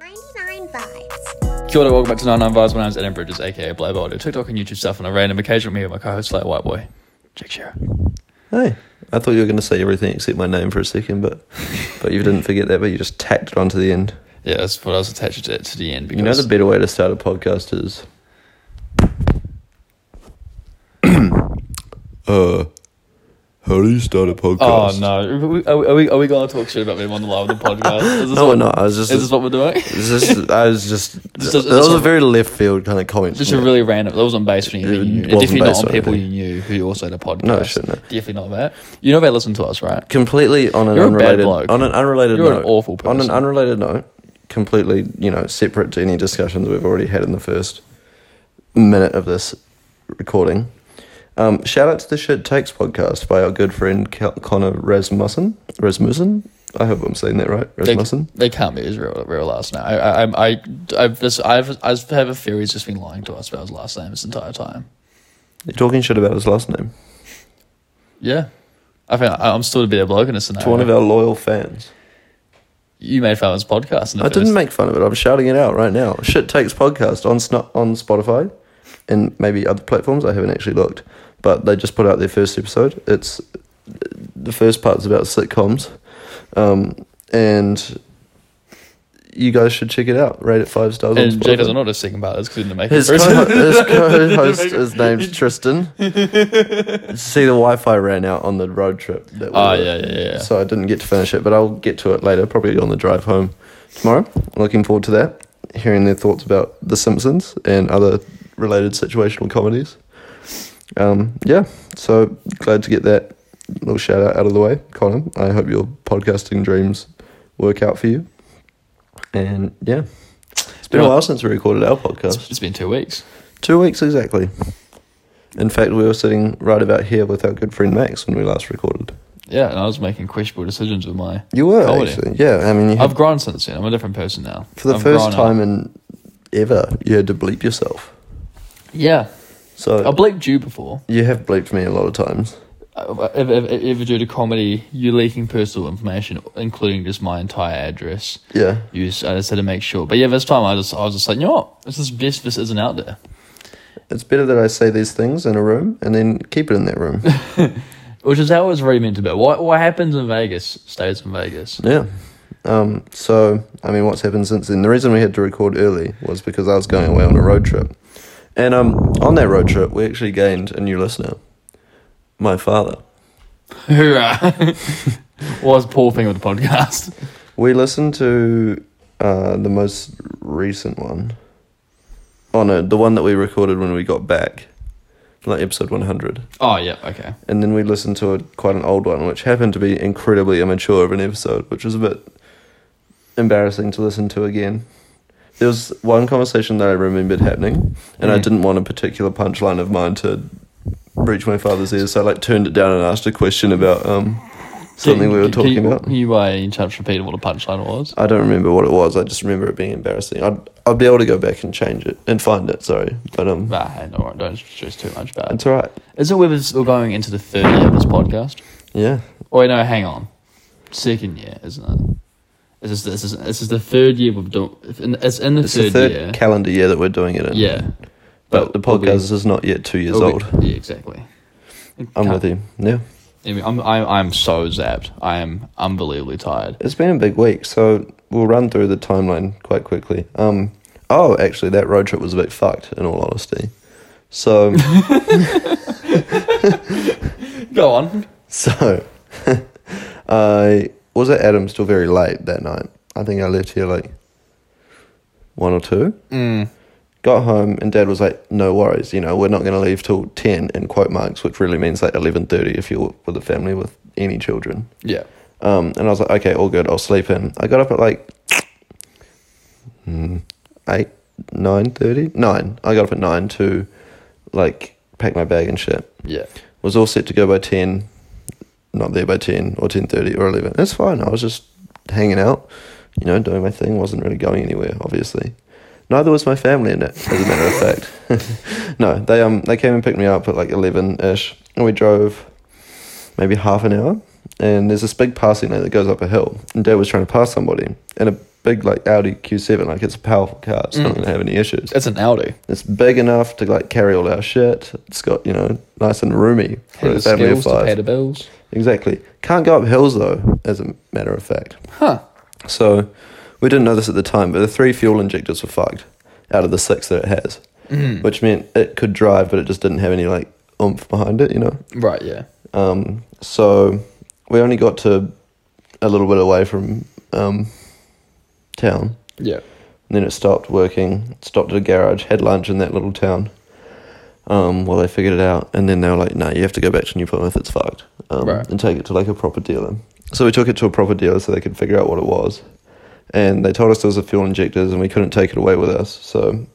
99 vibes. Kia ora, welcome back to 99 Vibes. My name's Adam Bridges, aka Blabo. I do TikTok and YouTube stuff on a random occasion. I'm here with my co-host, Slate White Boy, Jake Shearer. Hey, I thought you were going to say everything except my name for a second, but but you didn't forget that, but you just tacked it onto the end. Yeah, that's what I was attached to, to the end. Because You know the better way to start a podcast is. uh, how do you start a Oh podcast? no, are we, are we, are we going to talk shit about them on the live on the podcast? Is this No, what, we're not. I was just. Is this what we're doing? this is- I was just. This that is- was this a is- very left field kind of comment. Just from a you. really random. That wasn't based on anything. you It knew. And wasn't Definitely not based on on people anything. you knew who also had a podcast. No, shouldn't it? Definitely not that. You know they listen to us, right? completely on an You're a bad unrelated bloke. on an unrelated You're an note. awful On person. an unrelated note, completely you know separate to any discussions we've already had in the first minute of this recording. Um, shout out to the Shit Takes podcast by our good friend Cal- Connor Rasmussen. Rasmussen, I hope I'm saying that right. They, Rasmussen. they can't be his real, real last name. I, I, I, I, I've this, I've, I have a theory he's just been lying to us about his last name this entire time. You're talking shit about his last name Yeah. I think I- I'm still a better bloke in this scenario. to one of our loyal fans. you made fun of his podcast. And I didn't make fun of it. I'm shouting it out right now. Shit takes podcast on Sno- on Spotify and maybe other platforms. I haven't actually looked, but they just put out their first episode. It's the first part's about sitcoms, um, and you guys should check it out. Rate it five stars. on And Spotify. Jay doesn't know what the second part is because he didn't make His, it. first. co- his co-host is named Tristan. See, the Wi-Fi ran out on the road trip. That we Oh, were- yeah, yeah, yeah. So I didn't get to finish it, but I'll get to it later, probably on the drive home tomorrow. Looking forward to that, hearing their thoughts about The Simpsons and other related situational comedies. Um, yeah, so glad to get that little shout out out of the way, Connor. I hope your podcasting dreams work out for you. And yeah, it's been a Well- while since we recorded our podcast. it's been two weeks. Two weeks exactly. In fact, we were sitting right about here with our good friend Max when we last recorded. Yeah, and I was making questionable decisions with my. You were Comedy. actually, yeah. I mean, you had, I've grown since then. I'm a different person now. for the I've first grown up. time in ever, you had to bleep yourself. Yeah, I So bleeped you before. you have bleeped me a lot of times. Uh, If, if, if you do the comedy, you leaking personal information, including just my entire address. Yeah, You just, I just had to make sure. But yeah, this time I just I was just like, you know what? This is best. This isn't out there. it's better that I say these things in a room and then keep it in that room. Which is how it was really meant to be. What what happens in Vegas stays in Vegas. yeah. Um, so I mean, what's happened since then? The reason we had to record early was because I was going away on a road trip, and um, on that road trip, we actually gained a new listener, my father. Hoorah! was poor thing with the podcast. We listened to uh, the most recent one. Oh no, the one that we recorded when we got back, like episode one hundred, Oh yeah, okay. and then we listened to a, quite an old one, which happened to be incredibly immature of an episode, which was a bit embarrassing to listen to again. There was one conversation that I remembered happening, and I Mm. didn't want a particular punchline of mine to reach my father's ears, so I like turned it down and asked a question about um, something we were Can- can talking you, about. Can you by any chance repeat what the punchline was? I don't remember what it was. I just remember it being embarrassing. I'd I'd be able to go back and change it and find it. Sorry, but um, Nah, hey, don't worry, don't stress too much about it. it's alright. Is it whether still going into the third year of this podcast? Yeah, Oh wait, no, hang on. Second year, isn't it? This is this is this is the third year we've done. if- in- It's in the it's third, the third year. calendar year that we're doing it in. yeah, but the we'll be- podcast is not yet two years we'll old. be- Yeah, exactly. I'm with you. Yeah, I mean, I'm I'm I'm so zapped. I am unbelievably tired. it's been a big week, so we'll run through the timeline quite quickly. Um, oh, actually, that road trip was a bit fucked, in all honesty. So. Go on. So, I was at Adams till very late that night. I think I left here like one or two. Mm. Got home and Dad was like, "No worries, you know, we're not going to leave till ten in quote marks, which really means like eleven thirty if you're with a family with any children." Yeah. Um, and I was like, "Okay, all good. I'll sleep in." I got up at like mm, eight, nine thirty, nine. I got up at nine to like pack my bag and shit Yeah. was all set to go by 10 not there by 10 or 10.30 or 11 that's fine i was just hanging out you know doing my thing wasn't really going anywhere obviously neither was my family in it as a matter of fact no they um they came and picked me up at like 11ish and we drove maybe half an hour and there's this big passing lane that goes up a hill, and Dad was trying to pass somebody, and a big like Audi Q7, like it's a powerful car, it's not going to have any issues. It's an Audi. It's big enough to like carry all our shit. It's got you know nice and roomy for Have a the family of skills to pay five. the bills. Exactly. Can't go up hills though, as a matter of fact. Huh. So we didn't know this at the time, but the three fuel injectors were fucked out of the six that it has, Mm-hmm. which meant it could drive, but it just didn't have any like oomph behind it, you know. Right, yeah. Um, so we only got to a little bit away from um, town. Yeah. And then it stopped working, stopped at a garage, had lunch in that little town. Um, well, they figured it out, and then they were like, "No, you have to go back to New Plymouth. It's fucked," um, Right. and take it to like a proper dealer. So we took it to a proper dealer so they could figure out what it was, and they told us there was a fuel injectors, and we couldn't take it away with us. So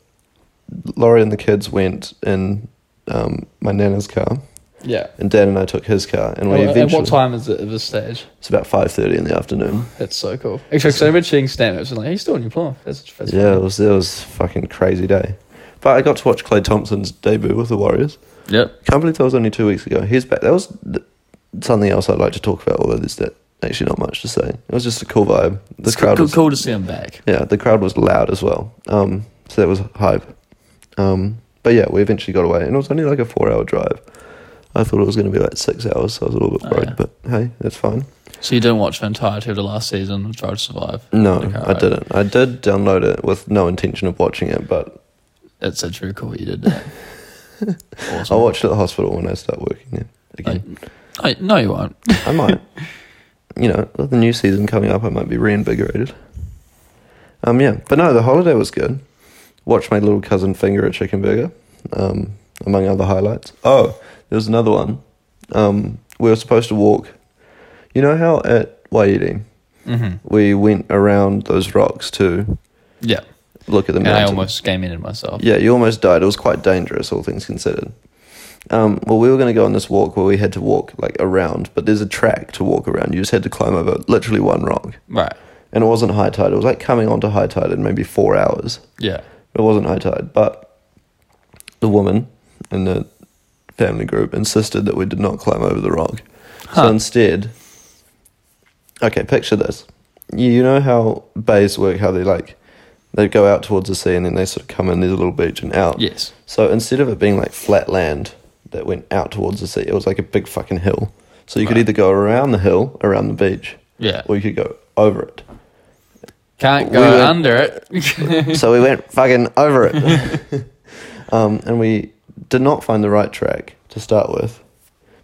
Laurie and the kids went in um, my nana's car, Yeah. and Dad and I took his car, and we Well, at eventually Oh, what time is it at this stage? it's about five thirty in the afternoon. That's so cool. Actually, so I remember seeing Stan Maps and like, he's still in your plan. That's, that's Yeah, it was it was a fucking crazy day, but I got to watch Clay Thompson's debut with the Warriors. Yep. Can't believe that was only two weeks ago. He's back. That was th- something else I'd like to talk about, although there's that- actually not much to say. It was just a cool vibe. The It's cool, crowd cool, was, cool to see him back. yeah, the crowd was loud as well. Um, so that was hype. Um, but yeah, we eventually got away, and it was only like a four-hour drive. I thought it was going to be like six hours, so I was a little bit Oh, worried. yeah. But hey, that's fine. So you didn't watch the entirety of the last season of Drive to Survive? No, Okay, I right. didn't. I did download it with no intention of watching it, but That's a true call. You did that. awesome. I'll watch it at the hospital when I start working there I, again. I, no, you won't. I might. you know, with the new season coming up, I might be reinvigorated. Um, yeah, but no, the holiday was good. Watched my little cousin finger a chicken burger, um, among other highlights. Oh, there was another one. Um, we were supposed to walk. You know how at Wairiri Mm-hmm. we went around those rocks to Yeah. look at the And mountain. I almost game in myself. Yeah, you almost died. It was quite dangerous, all things considered. Um, well, we were going to go on this walk where we had to walk like around, but there's a track to walk around. You just had to climb over literally one rock, Right. and it wasn't high tide. It was like coming onto high tide in maybe four hours. Yeah. It wasn't high tide, but the woman in the family group insisted that we did not climb over the rock. Huh. So instead, okay, picture this. You you know how bays work, how they like they go out towards the sea and then they sort of come in, there's a little beach and out. Yes. So instead of it being like flat land that went out towards the sea, it was like a big fucking hill. So you could Right. either go around the hill, around the beach, Yeah. or you could go over it. Can't we go went- under it. so we went fucking over it. um, and we did not find the right track to start with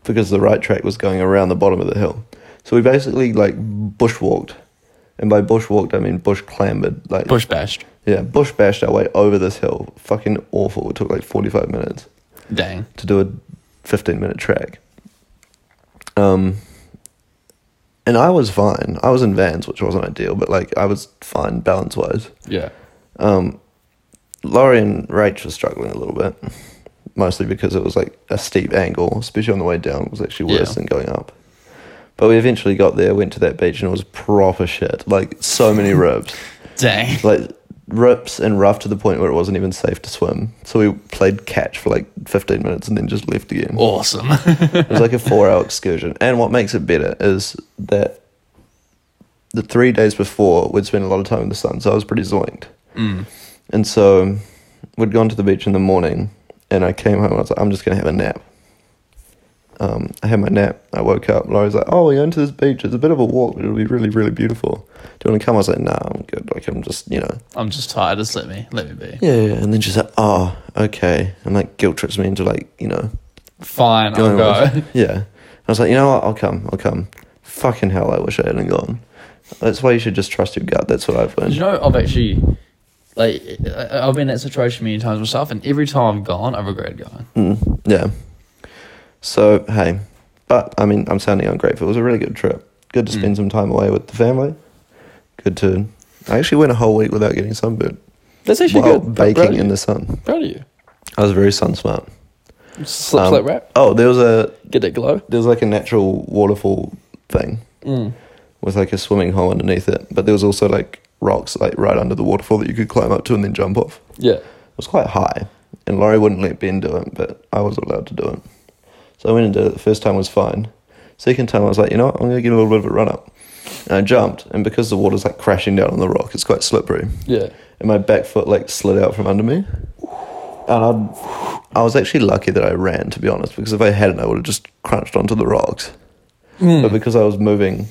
because the right track was going around the bottom of the hill. So we basically like bushwalked. And by bushwalked, I mean bush clambered. Like, Bush bashed. yeah, bush bashed our way over this hill. Fucking awful. It took like 45 minutes Dang. to do a 15 minute track. Um, and I was fine. I was in vans, which wasn't ideal, but like I was fine balance wise. Yeah. Um, Laurie and Rach were struggling a little bit, mostly because it was like a steep angle, especially on the way down. It was actually worse Yeah. than going up. But we eventually got there, went to that beach, and it was proper shit. Like so many rips, Dang. like rips and rough to the point where it wasn't even safe to swim. So we played catch for like fifteen minutes and then just left again. Awesome. It was like a four hour excursion. And what makes it better is that the three days before we'd spent a lot of time in the sun, so I was pretty zoinked. Mm. And so we'd gone to the beach in the morning and I came home and I was like, I'm just going to have a nap. Um, I had my nap. I woke up. Laurie's like, Oh, we're going to this beach. It's a bit of a walk, but it'll be really, really beautiful. Do you want to come? I was like, Nah, I'm good. Like, I'm just, you know. I'm just tired. Just let me. Let me be. Yeah. yeah. And then she's like, Oh, okay. And like, guilt trips me into, like, you know, Fine. I'll going go. with- Oh, Yeah. I was like, You know what? I'll come. I'll come. Fucking hell, I wish I hadn't gone. That's why you should just trust your gut. That's what I've Do you learned. know I've actually like I- I've been in that situation many times myself, and every time I've gone, I regret going. Mm, yeah. So hey, but I mean, I'm sounding ungrateful. It was a really good trip. Good to spend some time away with the family. Good to. I actually went a whole week without getting sunburned That's actually while good. baking in the sun. Proud of you. I was very sun smart. Slip, Um, slip, wrap. Oh, there was a Get that glow. there was like a natural waterfall thing Mm. with like a swimming hole underneath it, but there was also like rocks like right under the waterfall that you could climb up to and then jump off. Yeah. It was quite high, and Laurie wouldn't let Ben do it, but I was allowed to do it. So I went and did it. The first time was fine. Second time, I was like, you know what? I'm going to get a little bit of a run up. And I jumped, and because the water's like crashing down on the rock, it's quite slippery. Yeah. And my back foot like slid out from under me. And I, I was actually lucky that I ran, to be honest, because if I hadn't, I would have just crunched onto the rocks. But because I was moving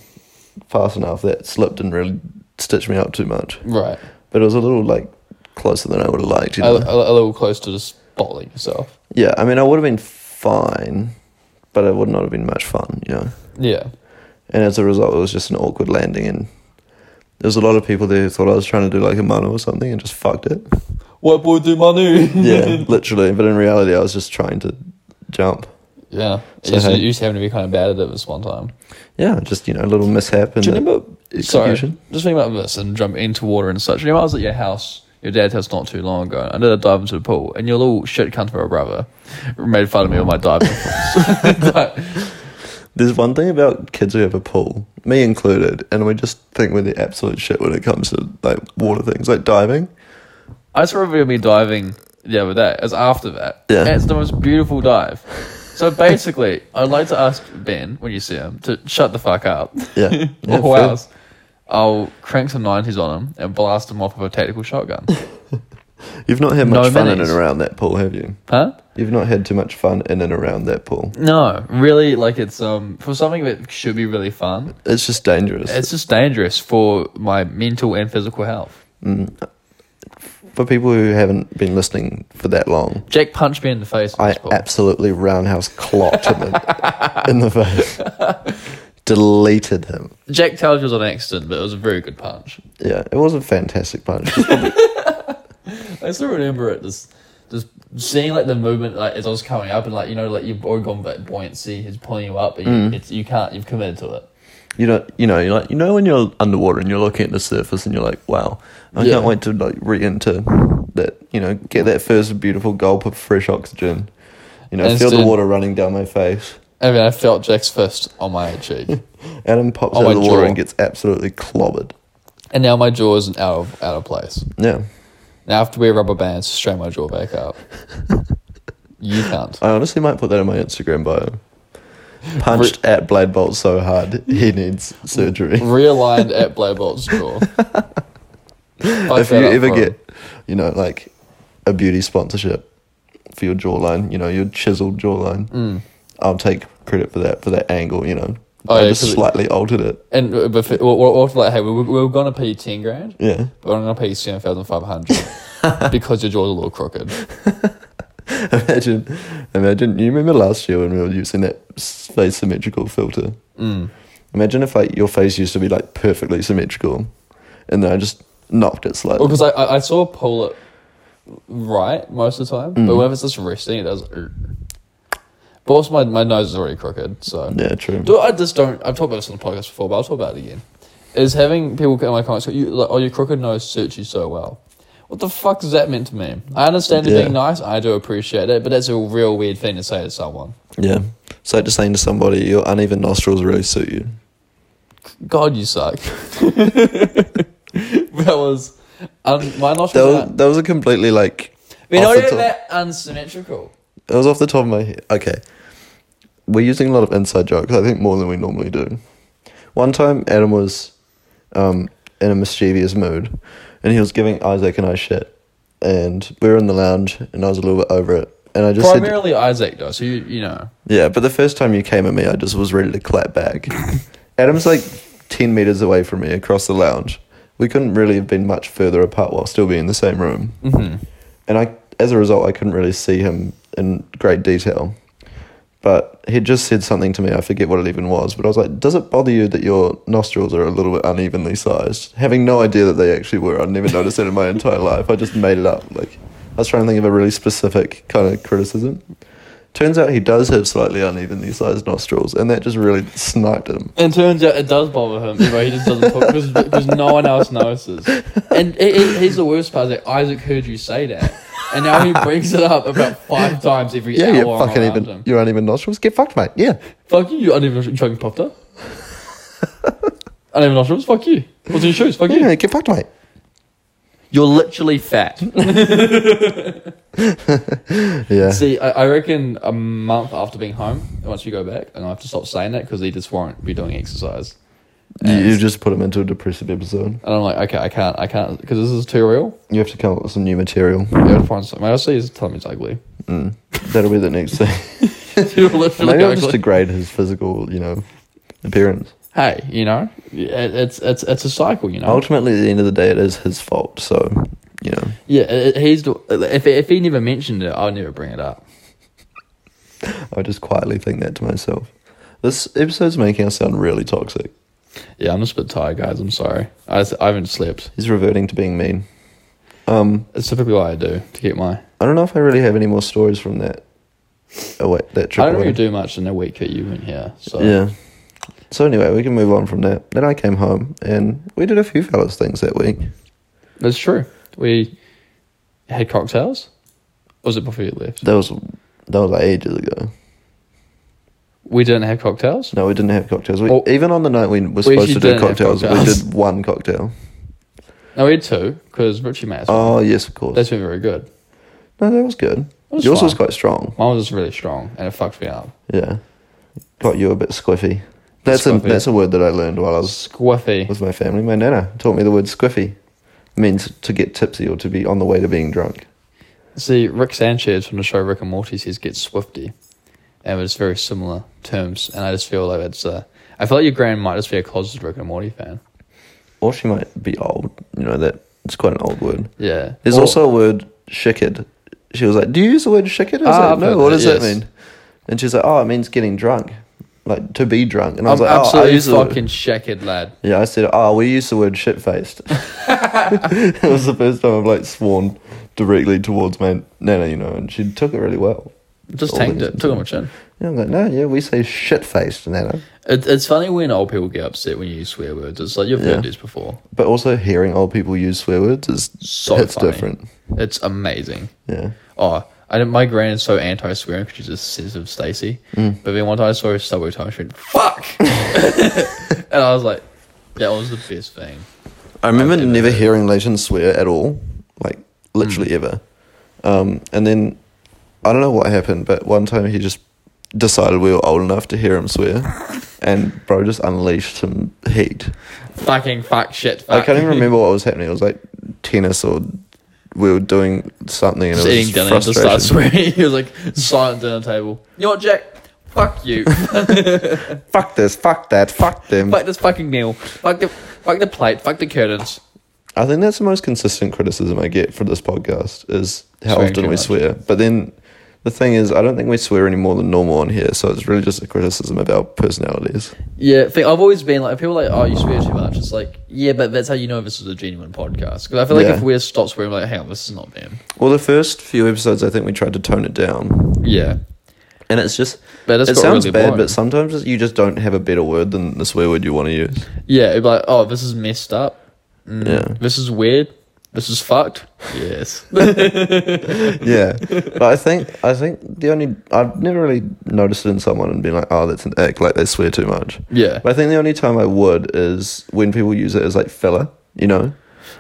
fast enough, that slip didn't really stitch me up too much. Right. But it was a little like closer than I would have liked. You A, know? a, a little close to just bottling yourself. Yeah, I mean, I would have been fine, but it would not have been much fun, you know. Yeah. And as a result, it was just an awkward landing, and there was a lot of people there who thought I was trying to do like a mono or something and just fucked it. What boy do money? Yeah, literally. But in reality, I was just trying to jump. yeah. So Yes, hey. you just happened to be kind of bad at it this one time. Yeah, just you know, a little mishap and Do you remember? Sorry, execution. just thinking about this and jumping into water and such. You know, I was at your house, your dad's house, not too long ago. And I did a dive into the pool, and your little shit cunt of a brother made fun of me with my diving. There's one thing about kids who have a pool, me included, and we just think we're the absolute shit when it comes to like water things, like diving. I just remember me diving the other day. It was after that. Yeah. And it's the most beautiful dive. So basically, I'd like to ask Ben when you see him to shut the fuck up. Yeah. Yeah, or fair. else, I'll crank some nineties on him and blast him off with a tactical shotgun. You've not had No much fun in minis. and around that pool, have you? huh? You've not had too much fun in and around that pool. No, really. Like it's um for something that should be really fun. It's just dangerous. It's just dangerous for my mental and physical health. For people who haven't been listening for that long, Jack punched me in the face. in I this pool. absolutely roundhouse clocked him in- in the face. Deleted him. Jack tells you it was an accident, but it was a very good punch. Yeah, it was a fantastic punch. It was probably- I still remember it. Just, just seeing like the movement, like as I was coming up, and like you know, like you've all gone that buoyancy, it's pulling you up, but you, it's, you can't. You've committed to it. you know, you know, you're like, you know, when you're underwater and you're looking at the surface and you're like, wow, I Yeah. can't wait to like re-enter that. You know, get that first beautiful gulp of fresh oxygen. You know, feel Instant. the water running down my face. I mean, I felt Jack's fist on my cheek, Adam pops Oh, out my of the water jaw. and gets absolutely clobbered. and now my jaw is out of out of place. Yeah. Now I have to wear rubber bands to straighten my jaw back up. you can't. I honestly might put that in my Instagram bio. Punched at Blade Bolt so hard, he needs surgery. Realigned at Blairbolt's jaw. if you ever get, you know, like a beauty sponsorship for your jawline, you know, your chiseled jawline, I'll take credit for that, for that angle, you know. Mm. Oh, I yeah, just 'cause it- slightly altered it. and uh, but for- we're, we're also like, hey, we, we we're gonna pay you ten grand. Yeah. But I'm gonna pay you seven thousand five hundred because your jaw's a little crooked. Imagine, imagine. You remember last year when we were using that s- face symmetrical filter? Mm. Imagine if like your face used to be like perfectly symmetrical, and then I just knocked it slightly. Well, because I, I I saw a pull it right most of the time, Mm. but whenever it's just resting, it does. "Ugh." But also, my, my nose is already crooked, so. Yeah, true. Do I just don't. I've talked about this on the podcast before, but I'll talk about it again. Is having people come in my comments, go, you, like, oh, your crooked nose suits you so well. What the fuck is that meant to me? I understand it Yeah. being nice, I do appreciate it, but that's a real weird thing to say to someone. Yeah. It's like just saying to somebody, your uneven nostrils really suit you. God, you suck. that was. Un- my That nostrils was, aren't. that was a completely like. We're off not the even top- that unsymmetrical. It was off the top of my head. Okay. We're using a lot of inside jokes, I think more than we normally do. One time, Adam was um, in a mischievous mood and he was giving Isaac and I shit. And we were in the lounge and I was a little bit over it. And I just said, Primarily Isaac, though, so you, you know. Yeah, but the first time you came at me, I just was ready to clap back. Adam's like 10 meters away from me across the lounge. We couldn't really have been much further apart while still being in the same room. Hmm. Mm-hmm. And I, as a result, I couldn't really see him in great detail. But he just said something to me, I forget what it even was, but I was like, Does it bother you that your nostrils are a little bit unevenly sized? Having no idea that they actually were. I'd never noticed that in my entire life. I just made it up. Like, I was trying to think of a really specific kind of criticism. Turns out he does have slightly unevenly sized nostrils, and that just really sniped him. And turns out it does bother him, but he just doesn't talk because no one else notices. And he- he- he's the worst part is that Isaac heard you say that, and now he brings it up about five times every Yeah, hour. you're fucking around even. Him. Your uneven nostrils get fucked, mate. Yeah, Fuck you, you uneven nostrils. Fucking popped up. uneven nostrils. Fuck you. What's in your shoes? Fuck yeah, you. get fucked, mate. You're literally fat. Yeah. See, I, I reckon a month after being home, once you go back, and I have to stop saying that because they just won't be doing exercise. You, you just put him into a depressive episode. And I'm like, okay, I can't, I can't, because this is too real. You have to come up with some new material. I gotta find something. I see his tummy's ugly. That'll be the next thing. You're literally Maybe I'll ugly. just degrade his physical, you know, appearance. hey, you know, it, it's it's it's a cycle, you know. Ultimately, at the end of the day, it is his fault. So, you know, yeah, it, it- he's the- if if he never mentioned it, I'd never bring it up. I just quietly think that to myself. This episode's making us sound really toxic. Yeah, I'm just a bit tired, guys. I'm sorry. I, just- I haven't slept. He's reverting to being mean. It's typically what I do to get my. I don't know if I really have any more stories from that. Oh wait, that trip. I don't away. really do much in a week that you weren't here. So Yeah. So anyway, we can move on from that. Then I came home and we did a few fellas things that week. that's true. We had cocktails. Or was it before you left? That was that was like ages ago. We didn't have cocktails. No, we didn't have cocktails. We, Oh. even on the night we were We supposed actually to do didn't have cocktails, cocktails. we did one cocktail. No, we had two because Richie made us. one. Oh yes, of course. That's been very good. no, that was good. was Yours was fine. quite strong. Mine was just really strong and it fucked me up. Yeah, got you a bit squiffy. That's Squiffy. a that's a word that I learned while I was Squiffy. with my family. My nana taught me the word squiffy. It means to get tipsy or to be on the way to being drunk. See, Rick Sanchez from the show Rick and Morty says get swifty, and it's very similar terms. And I just feel like it's uh, I feel like your grand might just be a closeted Rick and Morty fan. Or she might be old. You know that it's quite an old word. Yeah. There's Or- also a word shikid. She was like, "Do you use the word shikid?" I was Ah, like, I've "No. heard What that, does yes. that mean?" And she's like, "Oh, it means getting drunk, like to be drunk." And I I'm was like, "Oh, I absolutely use the word." fucking shackled, lad. Yeah, I said, "Oh, we use the word shit faced." it was the first time I've like sworn directly towards my nana, you know, and she took it really well. Just All tanked these- it. Took it on my chin. Yeah, I'm like, "No, yeah, we say shit faced, nana." It, it's funny when old people get upset when you use swear words. It's like you've Yeah. heard this before. But also hearing old people use swear words is So it's funny. different. It's amazing. Yeah. Oh, I didn't, my gran is so anti swearing because she's a sensitive Stacey. Mm. But then one time I saw her subway time, she went, fuck! and I was like, that was the best thing. I remember never hearing Leighton swear at all, like literally Hmm. ever. Um, and then I don't know what happened, but one time he just decided we were old enough to hear him swear, and bro just unleashed some heat. Fucking fuck shit. I Fuck. can't even remember what was happening. It was like tennis or we were doing something, and Just it was eating just dinner and just started frustration. swearing. he was like, silent dinner table. You know what, Jack? Fuck you. Fuck this, fuck that, fuck them. fuck this fucking meal. Fuck the, fuck the plate. Fuck the curtains. I think that's the most consistent criticism I get for this podcast is how Swearing often too we much. swear. But then the thing is, I don't think we swear any more than normal on here, so it's really just a criticism of our personalities. Yeah, thing, I've always been like, people are like, oh, you swear too much. It's like, yeah, but that's how you know this is a genuine podcast. Because I feel like Yeah. if we stop swearing, like, hang on, this is not them. Well, the first few episodes, I think we tried to tone it down, Yeah. and it's just But it's it got sounds really bad, boring. but sometimes you just don't have a better word than the swear word you want to use. Yeah, it'd be like, oh, this is messed up. Mm, Yeah. This is weird. This is fucked. Yes. yeah, but I think I think the only I've never really noticed it in someone and been like, oh, that's an ick, like they swear too much. yeah. But I think the only time I would is when people use it as like filler, you know.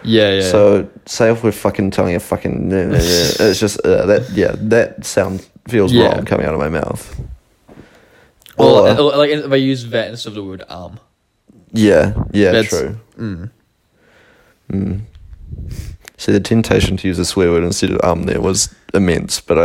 Yeah, yeah. So say if we're fucking telling a fucking, it's just uh, that yeah, that sound feels Yeah. uh, wrong coming out of my mouth. or, Or- or, like, if I use that instead of the word um. yeah, yeah, That's- true. Mm. See, the temptation to use a swear word instead of um there was immense, but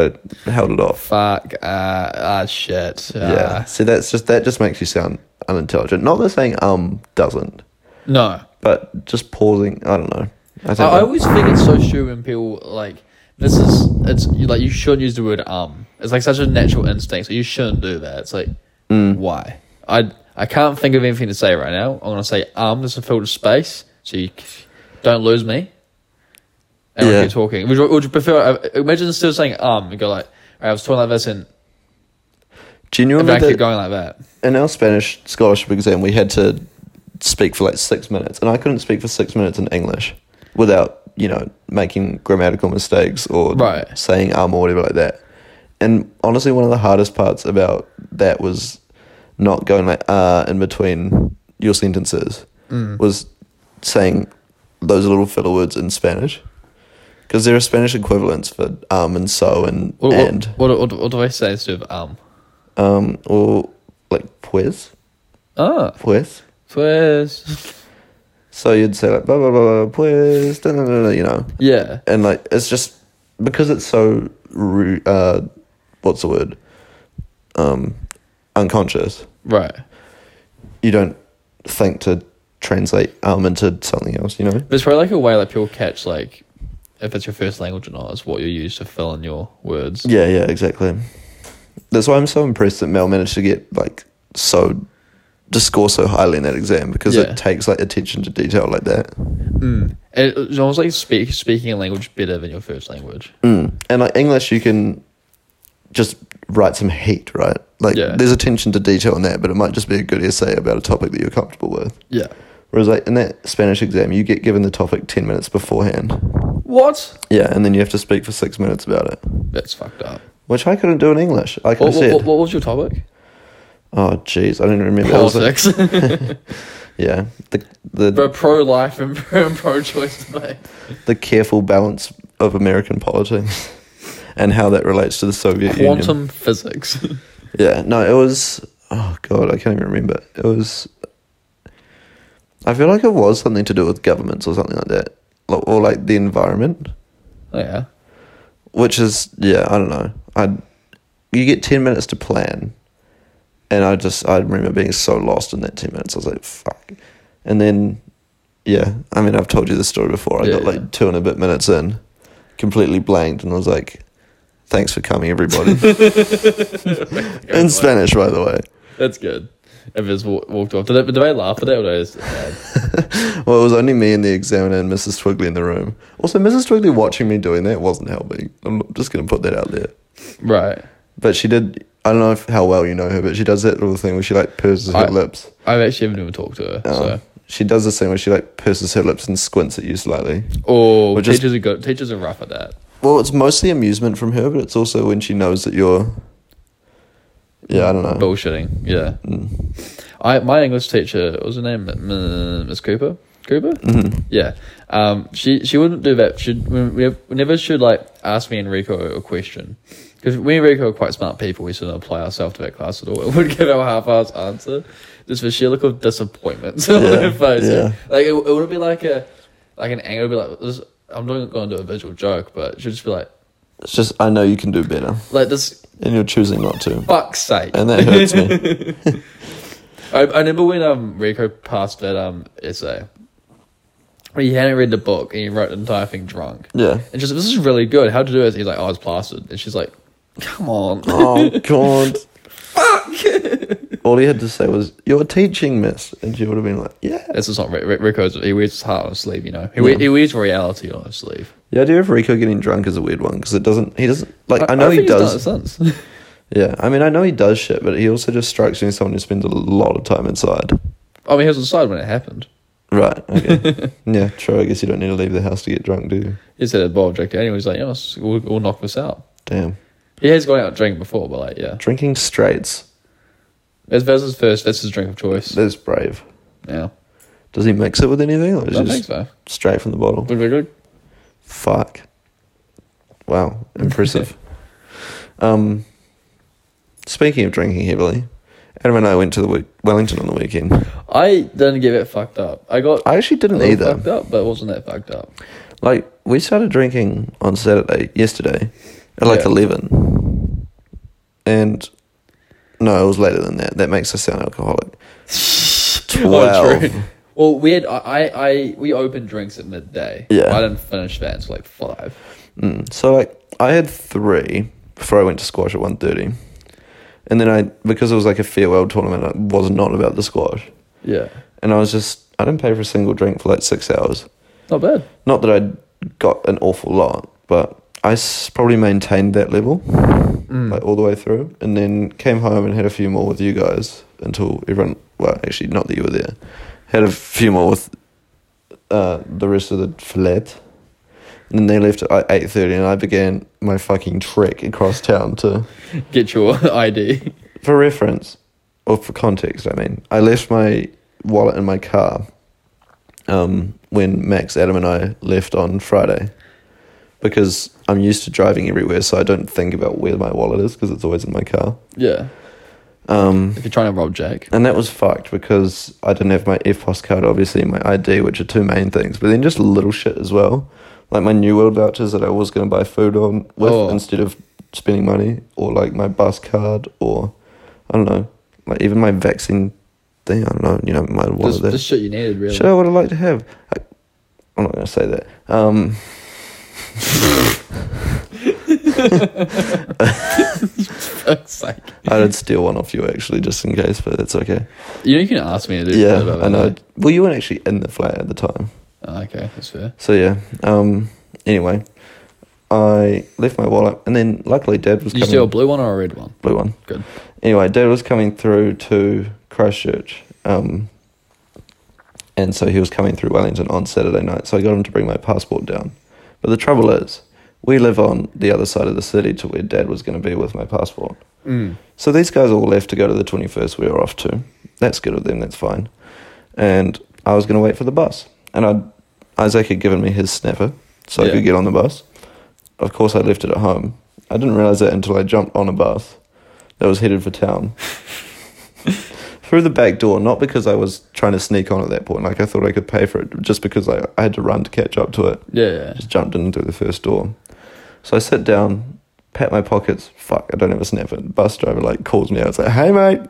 I held it off. Fuck. Uh, ah, shit. Uh, yeah. See, that's just that just makes you sound unintelligent. Not that saying um doesn't, No. but just pausing. I don't know. I think I, I always think it's so stupid when people, like, this is, it's you- like, you shouldn't use the word um. It's like such a natural instinct, so you shouldn't do that. It's like, why? I, I can't think of anything to say right now. I'm going to say um just to fill the space, so you c- don't lose me. and yeah. Yeah. keep talking. Would you, would you prefer? uh, Imagine instead of saying um, you go like, "Alright, I was talking like this, and if genuinely I that- keep going like that. in our Spanish scholarship exam, we had to speak for like six minutes, and I couldn't speak for six minutes in English without you know making grammatical mistakes or Right. saying um or whatever like that. And honestly, one of the hardest parts about that was not going like uh in between your sentences was saying those little filler words in Spanish. because there are Spanish equivalents for um and so and What, and what, what, what, what do I say instead of um? um or like pues Ah, pues. pues. So you'd say like blah blah blah, blah pues da, da, da, da, you know, Yeah. and like it's just because it's so ru- uh, what's the word? Um, unconscious. Right. You don't think to translate um into something else. You know. But it's probably like a way like people catch like if it's your first language or not, it's what you use to fill in your words. Yeah, yeah, exactly. That's why I'm so impressed that Mel managed to get like so to score so highly in that exam because Yeah. it takes like attention to detail like that. It- It's almost like speak, speaking a language better than your first language. Mm. And like English, you can just write some heat, right? Like Yeah. there's attention to detail in that, but it might just be a good essay about a topic that you're comfortable with. Yeah. Whereas like in that Spanish exam, you get given the topic ten minutes beforehand. What? Yeah, and then you have to speak for six minutes about it, That's fucked up. which I couldn't do in English. Like I What, what, said, what, what was your topic? oh jeez, I don't remember. It was like- Politics. yeah, the the but pro life and pro choice debate. the careful balance of American politics and how that relates to the Soviet Quantum Union. physics. Yeah, no, it was. Oh god, I can't even remember. It was. I feel like it was something to do with governments or something like that, Like- or like the environment, oh, yeah. which is yeah, I don't know. I you get ten minutes to plan, and I just I remember being so lost in that ten minutes. I was like fuck, and then yeah, I mean I've told you this story before. I Yeah, got like yeah. two and a bit minutes in, completely blanked, and I was like, thanks for coming, everybody. in Spanish, by the way. That's good. If it's wa- walked off. Did I, did I laugh at that? Or did I just, uh, Well, it was only me and the examiner and Mrs. Twigley in the room. Also, Mrs. Twigley watching me doing that wasn't helping. I'm just going to put that out there. right. But she did, I don't know if, how well you know her, but she does that little thing where she like purses her I- lips. I actually haven't even talked to her. Um, so. She does this thing where she like purses her lips and squints at you slightly. Oh, We're just- teachers are good. Teachers are rough at that. Well, it's mostly amusement from her, but it's also when she knows that you're. Yeah, I don't know. Bullshitting. Yeah. Hmm. I my English teacher what was her name M- M- Miss Cooper. Cooper. Mm-hmm. Yeah. Um. She she wouldn't do that. She whenever she'd like ask me and Rico a question. Because we and Rico are quite smart people, we shouldn't apply ourselves to that class at all. It would give our half-assed answer. Just for sheer look of disappointment. Yeah, Like, yeah. Like it, it wouldn't be like a like an angle. It'd be like this, I'm not going to do a visual joke, but she'd just be like, It's just, I know you can do better, like this and you're choosing not to. fuck's sake. And that hurts me. I, I remember when um Rico passed that um essay. where He hadn't read the book and he wrote the entire thing drunk. Yeah. And she's like, this is really good. How to do it? He's like, oh, it's plastered. And she's like, come on. Oh God! All he had to say was, "You're teaching, Miss," and she would have been like, "Yeah." This is not Ri- Ri- Rico's. He wears his heart on his sleeve, you know. He, we- he wears reality on his sleeve. The idea of Rico getting drunk is a weird one because it doesn't. He doesn't like. I, know think he he's done does. it since. Yeah, I mean, I know he does shit, but he also just strikes me as someone who spends a lot of time inside. I mean, he was inside when it happened. Right. Okay. yeah. True. I guess you don't need to leave the house to get drunk, do you? He said a bottle drink. Anyway, he's like, you know, s- we'll, we'll knock this out. Damn. He has gone out drinking before, but like, yeah. Drinking straights. That's, that's his first. That's his drink of choice. That's brave. Yeah, Does he mix it with anything, or is I it think just so. straight from the bottle? Would be good. Fuck. Wow, impressive. um, speaking of drinking heavily, Adam and I went to the we- Wellington on the weekend. I didn't get it fucked up. I got I actually a didn't little either. fucked up, but it wasn't that fucked up. Like we started drinking on Saturday yesterday at like Yeah. eleven, and no, it was later than that. That makes us sound alcoholic. Oh, Twelve. true. Well, we had I, I I- we opened drinks at midday. Yeah. I didn't finish that until like five. Mm. So like I had three before I went to squash at 1.30. and then I because it was like a farewell tournament, I was not about the squash. Yeah, and I was just I didn't pay for a single drink for like six hours. not bad. Not that I got an awful lot, but I s- probably maintained that level like all the way through, and then came home and had a few more with you guys until everyone. Well, actually, not that you were there. Had a few more with uh, the rest of the flat. And then they left at eight thirty, and I began my fucking trek across town to Get your ID. for reference, or for context, I mean, I left my wallet in my car um, when Max, Adam, and I left on Friday because I'm used to driving everywhere, so I don't think about where my wallet is because it's always in my car. Yeah. Um, If you're trying to rob Jack. and that was fucked because I didn't have my EFOS card, obviously, and my ID, which are two main things, but then just little shit as well. Like my New World vouchers that I was going to buy food on with Oh. instead of spending money, or like my bus card, or I don't know, like even my vaccine thing. I don't know, you know, my wallet. Just, there. just shit you needed, really. Shit I would have liked to have. I, I'm not going to say that. Um, Fuck's sake. I did steal one off you actually, just in case, but that's okay. You know you can ask me to do Yeah, about I know. that. Well, you weren't actually in the flat at the time, Oh, okay, that's fair. so yeah. Um, anyway, I left my wallet, and then luckily Dad was Did you coming. steal a blue one or a red one? blue one. Good. Anyway, Dad was coming through to Christchurch, um, and so he was coming through Wellington on Saturday night. So I got him to bring my passport down. But the trouble is, we live on the other side of the city to where Dad was going to be with my passport. Mm. So these guys all left to go to the 21st we were off to. That's good of them, that's fine. And I was going to wait for the bus. And I'd, Isaac had given me his snapper so I Yeah. could get on the bus. Of course, I left it at home. I didn't realize that until I jumped on a bus that was headed for town. Through the back door, not because I was trying to sneak on at that point. Like, I thought I could pay for it, just because I, I had to run to catch up to it Yeah, yeah. just jumped in through the first door. So I sit down, pat my pockets. Fuck, I don't have a snapper. The bus driver like calls me out. It's like, hey mate,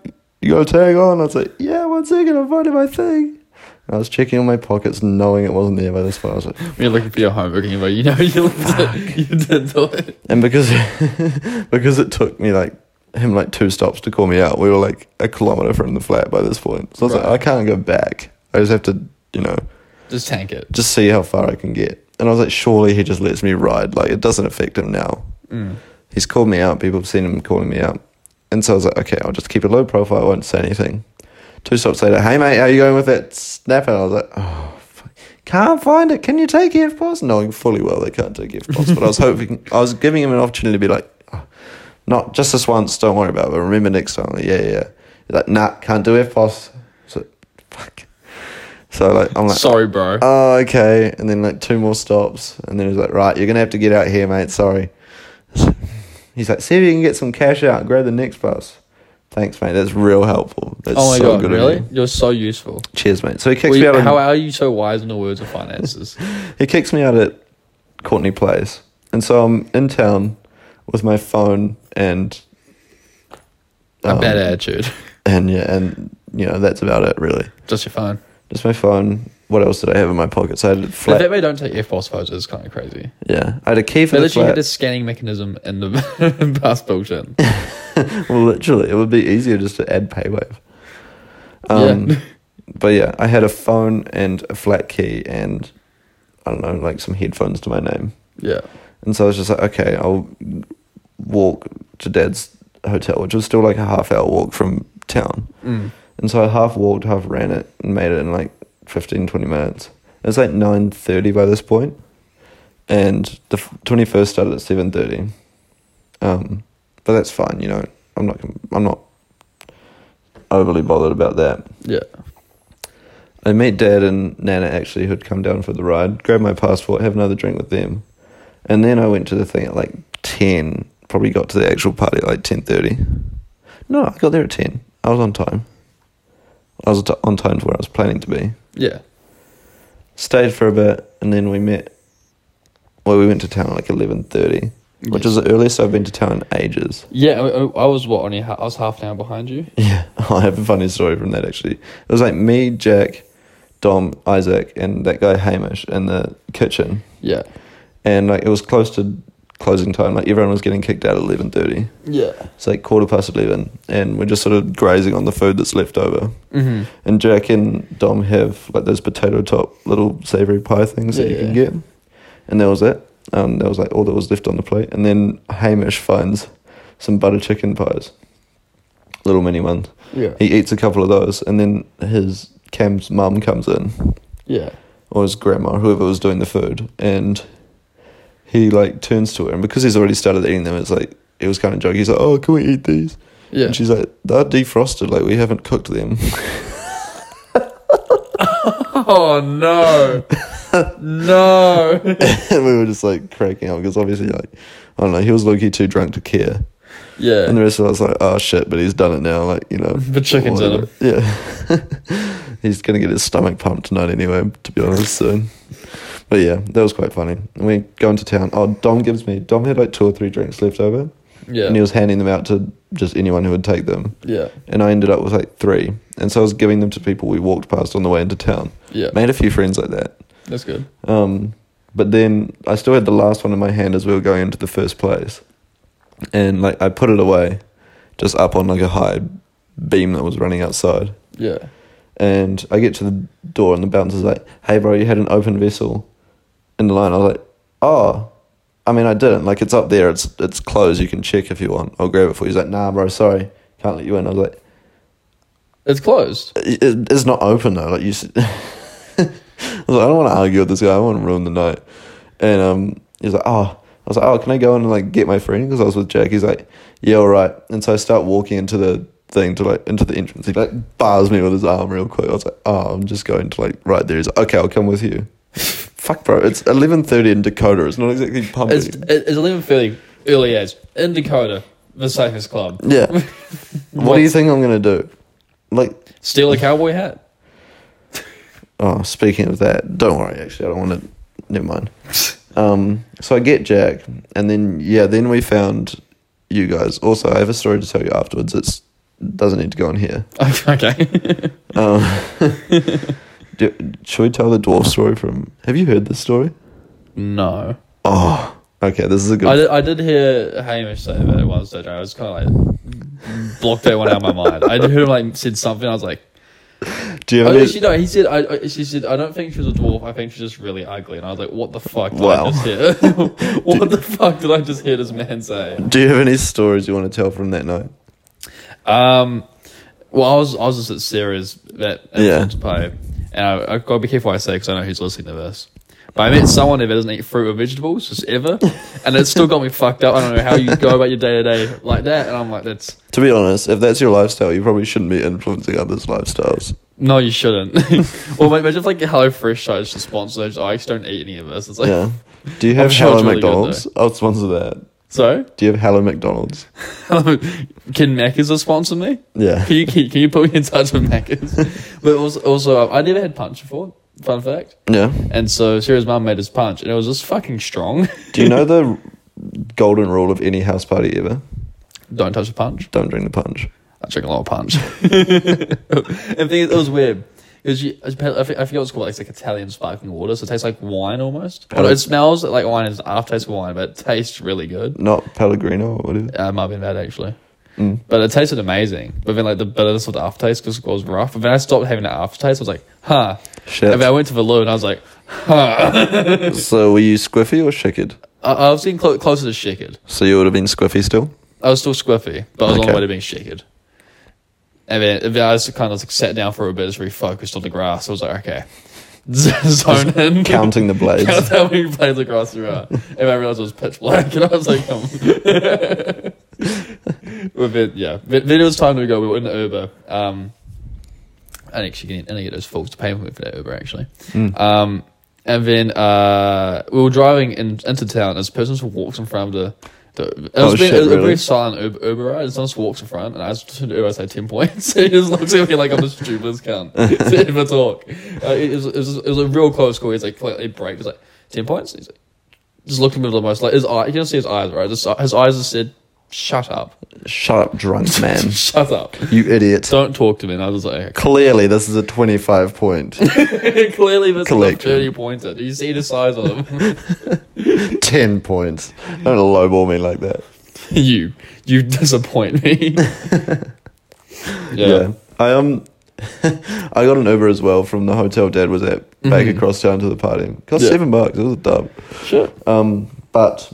you got a tag on? I was like, yeah, one second, I found my thing. And I was checking all my pockets, knowing it wasn't there by this point. I was like, When you're looking for your homework and you you know you did, you did do it. and because because it took me like him like two stops to call me out, we were like a kilometer from the flat by this point. So I was Right. like, I can't go back. I just have to, you know, Just tank it. just see how far I can get. And I was like, surely he just lets me ride. Like it doesn't affect him now. Mm. he's called me out. People have seen him calling me out. And so I was like, okay, I'll just keep it low profile. I won't say anything. Two stops later, hey mate, how you going with that snapper? I was like, oh, fuck. can't find it. Can you take EFPOS? Knowing fully well they can't take EFPOS. but I was hoping, I was giving him an opportunity to be like, oh, not just this once, don't worry about it, but remember next time. Like, yeah, yeah, yeah. He's like, nah, can't do EFPOS. So, fuck. So like, I'm like, Sorry, bro. oh, okay. And then like two more stops. And then he's like, right, you're going to have to get out here, mate. Sorry. He's like, see if you can get some cash out and grab the next bus. Thanks, mate. That's real helpful. That's oh my so god, good of really? you. You're so useful. Cheers, mate. So he kicks Well, me out. you- of- how are you so wise in the words of finances? He kicks me out at Courtney Place. And so I'm in town with my phone and A bad um, attitude. and yeah, and you know, that's about it really. Just your phone. Just my phone. What else did I have in my pockets? I had a The flat fact they don't take Air Force photos is kind of crazy. Yeah. I had a key for They the literally flat. had this scanning mechanism in the past bullshit. Yeah. Well, literally, it would be easier just to add PayWave. Um, But yeah, I had a phone and a flat key and I don't know, like some headphones to my name. yeah. And so I was just like, okay, I'll walk to dad's hotel, which was still like a half hour walk from town. Mm. And so I half walked, half ran it and made it in like 15, 20 minutes. It was like 9.30 by this point. And the f- 21st started at 7.30. Um, but that's fine, you know. I'm not, com- I'm not overly bothered about that. Yeah. I meet Dad and Nana actually, who'd come down for the ride, grab my passport, have another drink with them, and then I went to the thing at like ten. Probably got to the actual party at like ten thirty. No, I got there at ten. I was on time. I was t- on time to where I was planning to be. Yeah. Stayed for a bit, and then we met. Well, we went to town at like eleven thirty, which Yes. is the earliest I've been to town in ages. Yeah, I, I- I was what only ha- I was half an hour behind you. Yeah, I have a funny story from that actually. It was like me, Jack, Dom, Isaac, and that guy Hamish in the kitchen, Yeah, and like it was close to closing time. Like everyone was getting kicked out at eleven thirty. yeah. It's like quarter past eleven, and we're just sort of grazing on the food that's left over. Mm-hmm. And Jack and Dom have like those potato top little savory pie things that Yeah, you can yeah. get, and that was it. Um, that was like all that was left on the plate. And then Hamish finds some butter chicken pies, little mini ones. Yeah, He eats a couple of those, and then his Cam's mum comes in, yeah. or his grandma, whoever was doing the food, and he like turns to her, and because he's already started eating them, it's like it was kind of joking. He's like, "Oh, can we eat these?" Yeah. And she's like, "They're defrosted. Like we haven't cooked them." Oh no! no. and we were just like cracking up because obviously, like, I don't know, he was low key too drunk to care. Yeah. And the rest of us like, oh shit, but he's done it now. Like, you know. The chicken's in him. whatever. Yeah. he's going to get his stomach pumped tonight anyway, to be honest, soon. But yeah, that was quite funny. And we go into town. Oh, Dom gives me, Dom had like two or three drinks left over. Yeah. And he was handing them out to just anyone who would take them. yeah. And I ended up with like three. And so I was giving them to people we walked past on the way into town. Yeah. Made a few friends like that. That's good. Um, but then I still had the last one in my hand as we were going into the first place, and like I put it away, just up on like a high beam that was running outside. Yeah. And I get to the door, and the bouncer's like, "Hey, bro, you had an open vessel in the line." I was like, "Oh, I mean, I didn't. Like, it's up there. It's it's closed. You can check if you want. I'll grab it for you." He's like, "Nah, bro, sorry, can't let you in." I was like, It's closed. "It- it- "It's not open though. Like, you." s- I was like, I don't want to argue with this guy. I want to ruin the night. And um, he was like, oh. I was like, oh, can I go in and like get my friend? Because I was with Jack. He's like, yeah, all right. And so I start walking into the thing to like into the entrance. He like bars me with his arm real quick. I was like, oh, I'm just going to like right there. He's like, okay, I'll come with you. Fuck, bro. It's eleven thirty in Dakota. It's not exactly pumping. It's it's eleven thirty early age in Dakota, the safest club. yeah. what, do you think I'm gonna do? Like, Steal a cowboy hat. oh, speaking of that, don't worry. Actually, I don't want to. Never mind. Um, so I get Jack, and then yeah, then we found you guys. Also, I have a story to tell you afterwards. It's doesn't need to go on here. Okay. Um, do, should we tell the dwarf story from? Have you heard this story? no. Oh, okay. This is a I good. did, I did hear Hamish say that at one stage. and I was kind of like blocked that one out of my mind. I heard him like said something. I was like, Do you have oh, any? actually no. He said, I, I- she said, I don't think she's a dwarf. I think she's just really ugly. And I was like, what the fuck? Did Wow. I just hear? what the fuck did I just hear this man say? Do you have any stories you want to tell from that night? Um, well, I was I was just at Sarah's that at Yeah. French pie, and I, I gotta be careful what I say because I know who's listening to this. But I met someone who doesn't eat fruit or vegetables just ever, and it still got me fucked up. I don't know how you go about your day to day like that, and I'm like, that's To be honest, if that's your lifestyle, you probably shouldn't be influencing others' lifestyles. no, you shouldn't. well, imagine if like HelloFresh tries to sponsor those. I actually don't eat any of this. It's like, Yeah. Do you I'm have sure Hello it's really good, McDonald's? I'll sponsor that. so Do you have Hello McDonald's? can Macca's sponsor me? Yeah. Can you can, you put me in touch with Macca's? but also, also um, I never had punch before. Fun fact. Yeah. And so Sarah's mum made his punch, and it was just fucking strong. Do you know the golden rule of any house party ever? Don't touch the punch. Don't drink the punch. I drink a lot of punch. and thing is, it was weird. Because you, I forget I forget what it's called. It's like Italian sparkling water, so it tastes like wine almost. But it smells like wine. It's an aftertaste of wine, but it tastes really good. Not Pellegrino or whatever. Uh, it might have been bad actually. But it tasted amazing. But then like the bitterness of the aftertaste because it was rough. But then I stopped having the aftertaste. I was like, huh. Shit. And then I went to the loo and I was like, huh. So were you squiffy or shickered? I, I was getting clo- closer to shakered. So you would have been squiffy still? I was still squiffy, but I was on Okay. the way to being shaken. And then, and then I just kind of like sat down for a bit, just refocused on the grass. I was like, okay, zone in. Counting the blades. Count how many blades of grass there are. And I realized it was pitch black, and I was like, um. Well, then, yeah. Then, then it was time to go. We were in the Uber. Um, and actually, and I get those fools to pay for that Uber actually. Hmm. Um, and then uh, we were driving in, into town. This person just walks in front of the. the it was, Oh, been, shit, it was a really? very silent Uber, Uber ride. And someone just walks in front, and I just turned to Uber. I say ten points. he just looks at me like I'm the stupidest cunt to ever talk. Uh, it, was, it, was, it was a real close call. He's like, he braked. He's like ten points. He's like, just looked at me the most. Like his eye, you can see his eyes, right? His, his eyes just said, "Shut up, Shut up, drunk man. shut up." you idiot. Don't talk to me. And I was like, Clearly, this is a 25 point, clearly this Collection. is a 30 pointer. Do you see the size of them? 10 points. Don't lowball me like that. you, you disappoint me. yeah. Yeah. I um I got an Uber as well from the hotel dad was at back across town to the party. Mm-hmm. Cost Yeah. seven bucks, it was a dub. Sure. Um but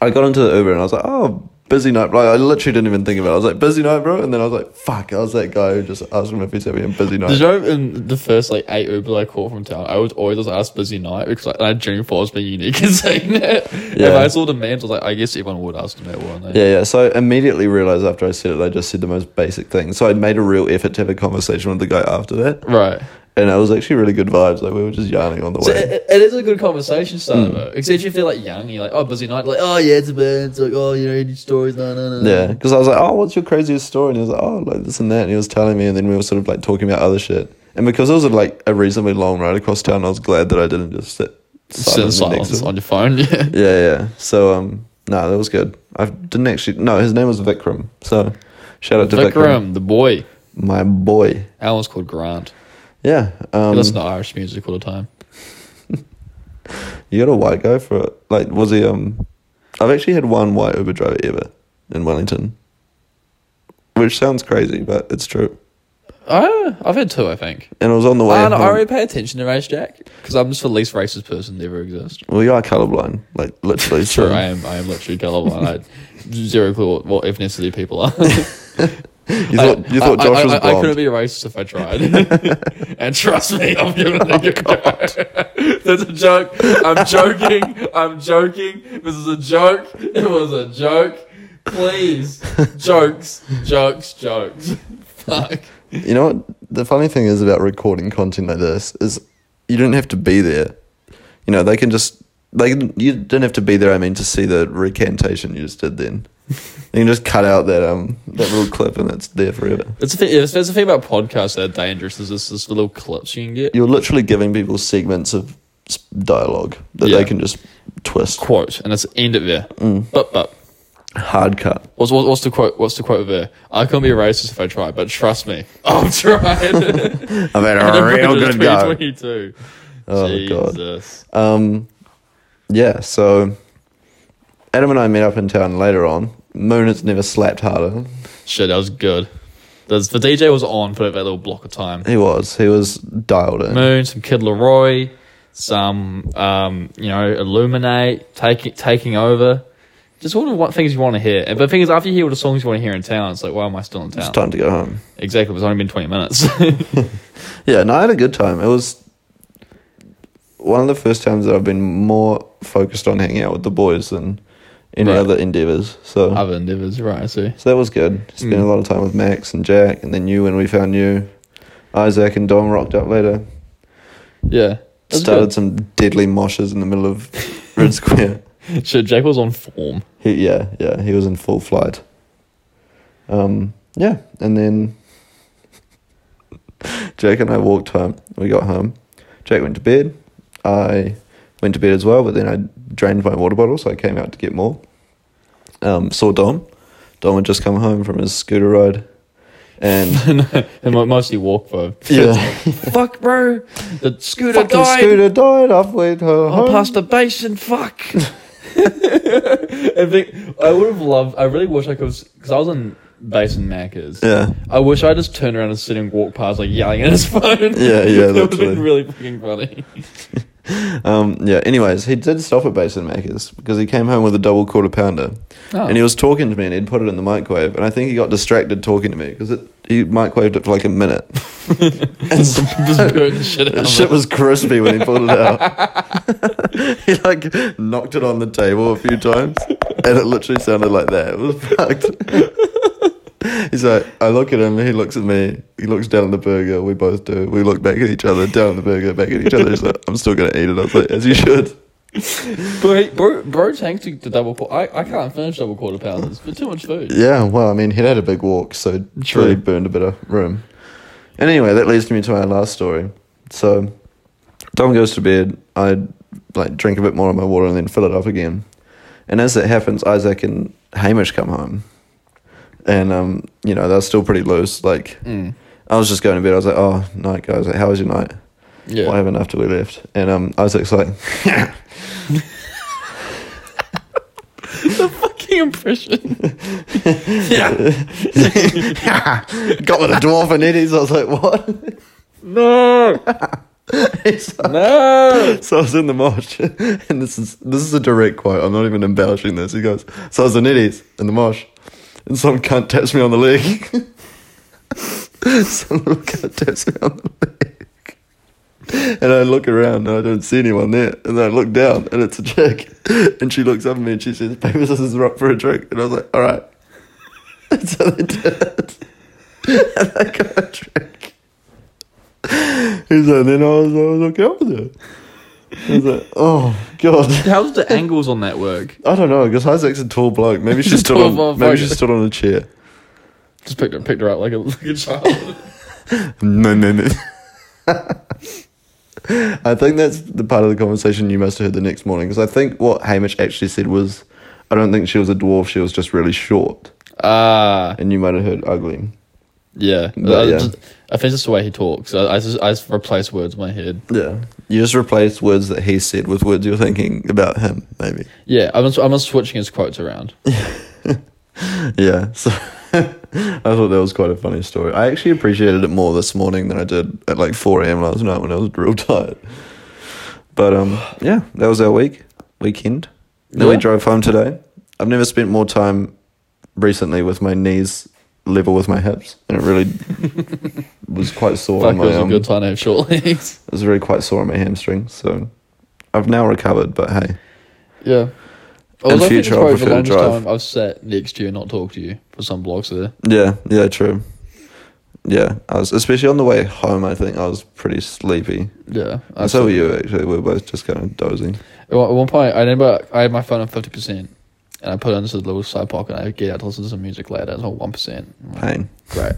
I got into the Uber and I was like, Oh, busy night like I literally didn't even think about it. I was like, busy night, bro and then I was like, fuck, I was that guy who just asked him if he's having a busy night. Did you know in the first like eight Ubers I caught from town, I was always just asked busy night because like, I genuinely thought I was being unique in saying that. If Yeah. I saw the memes, I was like, I guess everyone would ask them that one. eh? Yeah, yeah. So I immediately realized after I said it, I just said the most basic thing. So I made a real effort to have a conversation with the guy after that. Right. and it was actually really good vibes. Like we were just yarning on the So way. it, it is a good conversation Hmm. starter, though. Except if they're like young, you're like, oh, busy night, like, oh yeah, it's a bit, it's like, oh, you know, any stories, no, no, no. Yeah, because I was like, "Oh, what's your craziest story?" And he was like, "Oh, like this and that." And he was telling me, and then we were sort of like talking about other shit. And because it was like a reasonably long ride across town, I was glad that I didn't just sit Sit in silently next to silence him. on your phone. Yeah. Yeah, yeah. So um, no, that was good. I didn't actually. No, his name was Vikram. So shout out to Vikram, Vikram, the boy. my boy. Alan's called Grant. Yeah. He Um, listens to Irish music all the time. you got a white guy for it. Like, was he um? I've actually had one white Uber driver ever in Wellington, which sounds crazy, but it's true. Oh, I've had two, I think. And it was on the way. Ah, no, I home. already pay attention to Race Jack because I'm just the least racist person to ever exist. Well, you are colorblind, like literally. Sure, so- I am. I am literally colorblind. I had zero clue what, what ethnicity people are. You thought, you thought I- Josh I, was I, blonde. I couldn't be racist if I tried. and trust me, I'm giving Oh, it a go. That's a joke. I'm joking. I'm joking. This is a joke. It was a joke. Please, jokes, jokes, jokes. Fuck. You know what? The funny thing is about recording content like this is you don't have to be there. You know, they can just they can, you don't have to be there. I mean, to see the recantation you just did. Then you can just cut out that um that little clip and it's there forever. That's the thing. That's the thing about podcasts that are dangerous. Is this, this little clips you can get. You're literally giving people segments of s- dialogue that Yeah. they can just twist quote, and it's end it there. Mm. But but hard cut. what's what, what's the quote? What's the quote there? I can be racist if I try, but trust me, I'm trying. I've had And a I'm real bringing it to good go. 2022. Oh, God. Jesus. Um, yeah, so Adam and I met up in town later on. Moon has never slapped harder. Shit, that was good. There's, the DJ was on for that little block of time. He was. He was dialed in. Moon, some Kid Leroy, some um, you know Illuminate, taking taking over. Just all the wa- things you want to hear. And- But the thing is, after you hear all the songs you want to hear in town, it's like, why am I still in town? It's time to go home. Exactly. It's only been 20 minutes. Yeah, no, I had a good time. It was one of the first times that I've been more focused on hanging out with the boys than any Right. Uh, other endeavors. So, Other endeavors, right? I see. so that was good. Spent a lot of time with Max and Jack, and then you when we found you. Isaac and Dom rocked up later. Yeah. That's Started some deadly moshes in the middle of Red Square. good. Shit, Jake was on form. He, yeah, yeah, he was in full flight. Um, yeah, and then Jake and I walked home. We got home. Jake went to bed. I went to bed as well, but then I drained my water bottle, so I came out to get more. Um, saw Dom. Dom had just come home from his scooter ride, and and mo- mostly walk though. yeah, fuck, bro. The scooter fucking died. scooter died halfway to I home. passed the basin. Fuck. I think I would have loved. I really wish I could, because I was in basin Macca's. Yeah. I wish I just turned around and sit and walk past, like yelling at his phone. Yeah, yeah, that would have literally. been really fucking funny. Um, yeah, anyways, he did stop at Basin Makers because he came home with a double quarter pounder. Oh. And he was talking to me and he'd put it in the microwave. And I think he got distracted talking to me because he microwaved it for like a minute. and so, just burn the shit out the of shit it. was crispy when he pulled it out. he like knocked it on the table a few times and it literally sounded like that. It was fucked. He's like, I look at him, he looks at me, he looks down at the burger, we both do. We look back at each other, down at the burger, back at each other. He's like, I'm still going to eat it. I was like, as you should. Bro, he- bro, bro tanked the the double. qu- I, I can't finish double quarter pounders. But too much food. Yeah, well, I mean, he'd had a big walk, so True. True. really burned a bit of room. And anyway, that leads me to my last story. So, Dom goes to bed. I like drink a bit more of my water and then fill it up again. And as that happens, Isaac and Hamish come home, and um, you know they're still pretty loose. Like, I was just going to bed. I was like, "Oh, night, guys. Like, how was your night? Yeah. What happened after we left?" And um, Isaac's like, the fucking impression. "Got with a dwarf and Eddie's." I was like, "What?" No, He's like- no. So I was in the mosh, and this is this is a direct quote. I'm not even embellishing this. He goes, "So I was in Eddie's in the mosh, and some cunt taps me on the leg. some little cunt taps me on the leg, and I look around and I don't see anyone there. And then I look down and it's a chick, and she looks up at me and she says, "Paper scissors rock for a drink." And I was like, "All right." And so they did, it. and I got a drink. He's like, then I was, I was okay up with it. I was like, oh god. How does the angles on that work? I don't know, because Isaac's a tall bloke. Maybe she He's a stood tall on maybe she motherfucker. stood on a chair. Just picked her, picked her up like a, like a child. No, no, no. I think that's the part of the conversation you must have heard the next morning, because I think what Hamish actually said was, I don't think she was a dwarf. She was just really short, Ah, and you might have heard ugly. yeah. But, I, yeah. Just, I think it's just the way he talks. I, I just I just replace words in my head. Yeah, you just replaced words that he said with words you're thinking about him, maybe. Yeah, I'm just, I'm just switching his quotes around. Yeah, so I thought that was quite a funny story. I actually appreciated it more this morning than I did at like 4 a.m. last night when I was real tired. But um, yeah, that was our week, weekend. Then we Yeah. drove home today. I've never spent more time recently with my knees level with my hips, and it really was quite sore. Fuck, on it my, was a um, good time eh, to have short legs. It was really quite sore on my hamstring. So I've now recovered, but hey, yeah. In Although I think future, it's I'll probably the prefer to longest drive. time I've sat next to you and not talked to you for some blocks there. Yeah, yeah, true. Yeah, I was especially on the way home. I think I was pretty sleepy. Yeah. I And so were you actually. We were both just kind of dozing. At one at one point, I remember I had my phone on 50% and I put it into the little side pocket and I get out to listen to some music later. It's on 1%. I'm like, Pain. Great. And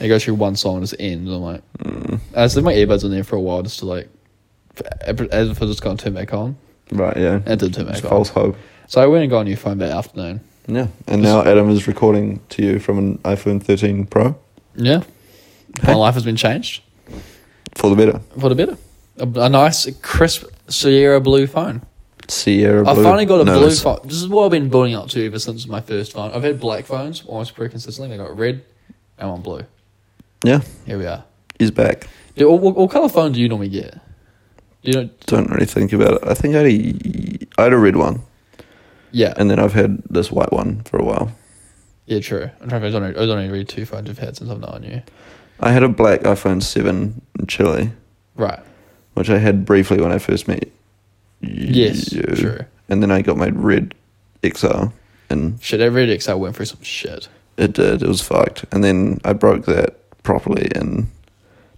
it goes through one song and it's ends. I'm like, Mm. I just leave my earbuds in there for a while just to like, for- as if I just going to turn back on. Right. Yeah. And it did turn It's back on. false hope. So I went and got a new phone that afternoon. Yeah. And now Adam is recording to you from an iPhone 13 Pro Yeah. My life has been changed for the better. for the better. A, a nice, crisp Sierra blue phone. Sierra. I Blue. finally got a No, blue that's- phone. This is what I've been building up to ever since my first phone. I've had black phones almost pretty consistently. I got red and one blue. Yeah, Here we are. he's back. Dude, what, what, what colour phone do you normally get? You know, Don't really think about it. I think I had a, I had a red one, yeah, and then I've had this white one for a while. yeah, true. I'm trying to. I don't, know- I don't even read two phones I've had since I've known you. I had a black iPhone 7 in Chile, Right. which I had briefly when I first met. Yes, Yes. True. and then I got my red XR, and Shit, that red XR went through some shit. it did. It was fucked. And then I broke that properly in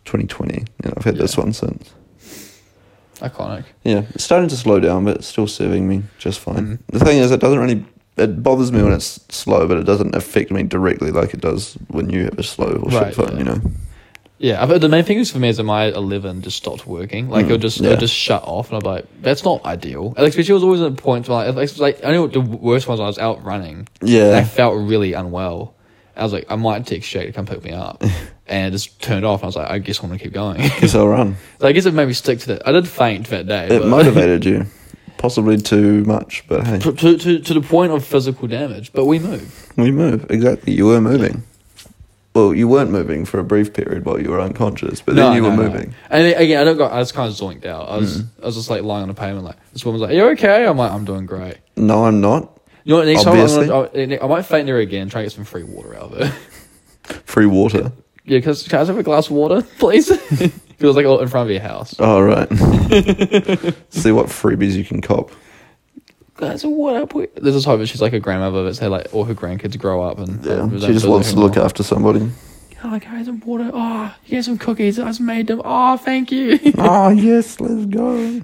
2020, and I've had this Yeah. one since. Iconic. Yeah, it's starting to slow down, but it's still serving me just fine. Mm-hmm. The thing is, it doesn't really. It bothers me when it's slow, but it doesn't affect me directly like it does when you have a slow or Right, shit phone. yeah. You know. Yeah, I- but the main thing is for me is that my 11 just stopped working. Like, it'll just Hmm, yeah. it'll just shut off, and I'm like, that's not ideal. And, Like, especially it was always at points where, like, it's like, I know the worst ones I was out running. And I Yeah. felt really unwell. I was like, I might text Jake to come pick me up. and it just turned off, and I was like, I guess I'm going to keep going. Guess I'll run. So I guess it made me stick to that. I did faint that day. It but motivated you, possibly too much, but hey, to, to, to, to the point of physical damage, but we move. we move exactly. You were moving. Well, you weren't moving for a brief period while you were unconscious, but then you were moving. Hmm. And then- again, I don't go. I was kind of zoinked out. I was I was just like lying on the pavement, like this woman's like, "Are you okay?" I'm like, "I'm doing great." No, I'm not. You know, what, next Obviously. time I'm gonna, I, I might faint there again, try and get some free water out of it. Free water. yeah, because can I just have a glass of water, please? Because was like all in front of your house. All right. See what freebies you can cop. Glass of water. please. This is hoping she's like a grandmother that's had like all her grandkids grow up and um, Yeah, and she just don't wants to visit her look more. after somebody. Oh, like, I had some water. Oh, you get some cookies. I just made them. Oh, thank you. oh yes, let's go.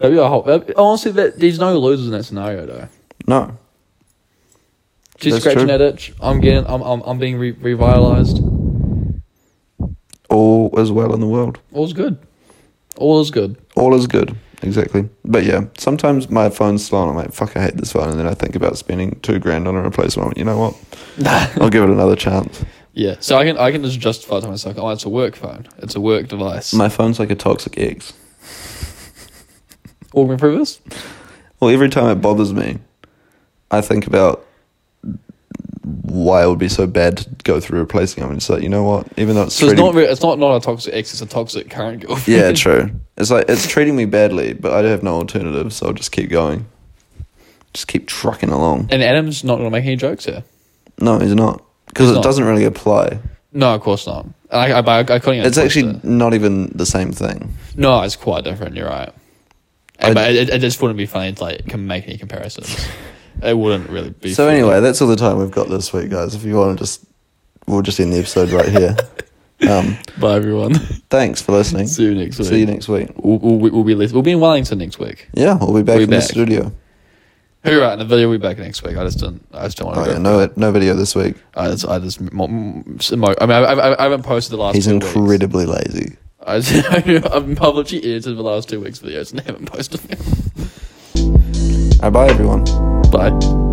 That'd be a whole. That'd, honestly, that, there's no losers in that scenario though. No, She's That's scratching true. that itch. I'm getting. I'm. I'm. I'm being re- revitalized. all is well in the world. All's good. All is good. All is good. Exactly. But yeah, sometimes my phone's slow and I'm like, fuck, I hate this phone. And then I think about spending two grand on a replacement. I'm like, You know what? I'll give it another chance. Yeah. So I can. I can just justify to myself. Oh, it's a work phone. It's a work device. My phone's like a toxic ex. All can prove this. Well, every time it bothers me, I think about why it would be so bad to go through replacing them. And it's like, you know what? Even though it's, So it's treating- not. Re- it's not not a toxic ex. It's a toxic current girlfriend. yeah, true. It's like it's treating me badly, but I have no alternative, so I'll just keep going. Just keep trucking along. and Adam's not gonna make any jokes here. No, he's not because He's it not. doesn't really apply. No, of course not. I. I. I, I couldn't. even It's touch actually it. not even the same thing. No, it's quite different. You're right. I- but it, it just wouldn't be funny to like can make any comparisons. it wouldn't really be. So fair. anyway, that's all the time we've got this week, guys. If you want to just, we'll just end the episode right here. Um, Bye, everyone. thanks for listening. See you next week. See you next week. We'll, we'll, we'll, be, lis- we'll be in Wellington next week. Yeah, we'll be We'll back be in the back. studio. Who right in the video? We'll be back next week. I just didn't. I just don't want Oh to. yeah, no, no video this week. I just. I just. mo- m- s- mo- I mean, I, I, I haven't posted the last. He's two Weeks. incredibly lazy. I just, I've publicly edited the last two weeks' videos and haven't posted them. All right, bye everyone. Bye.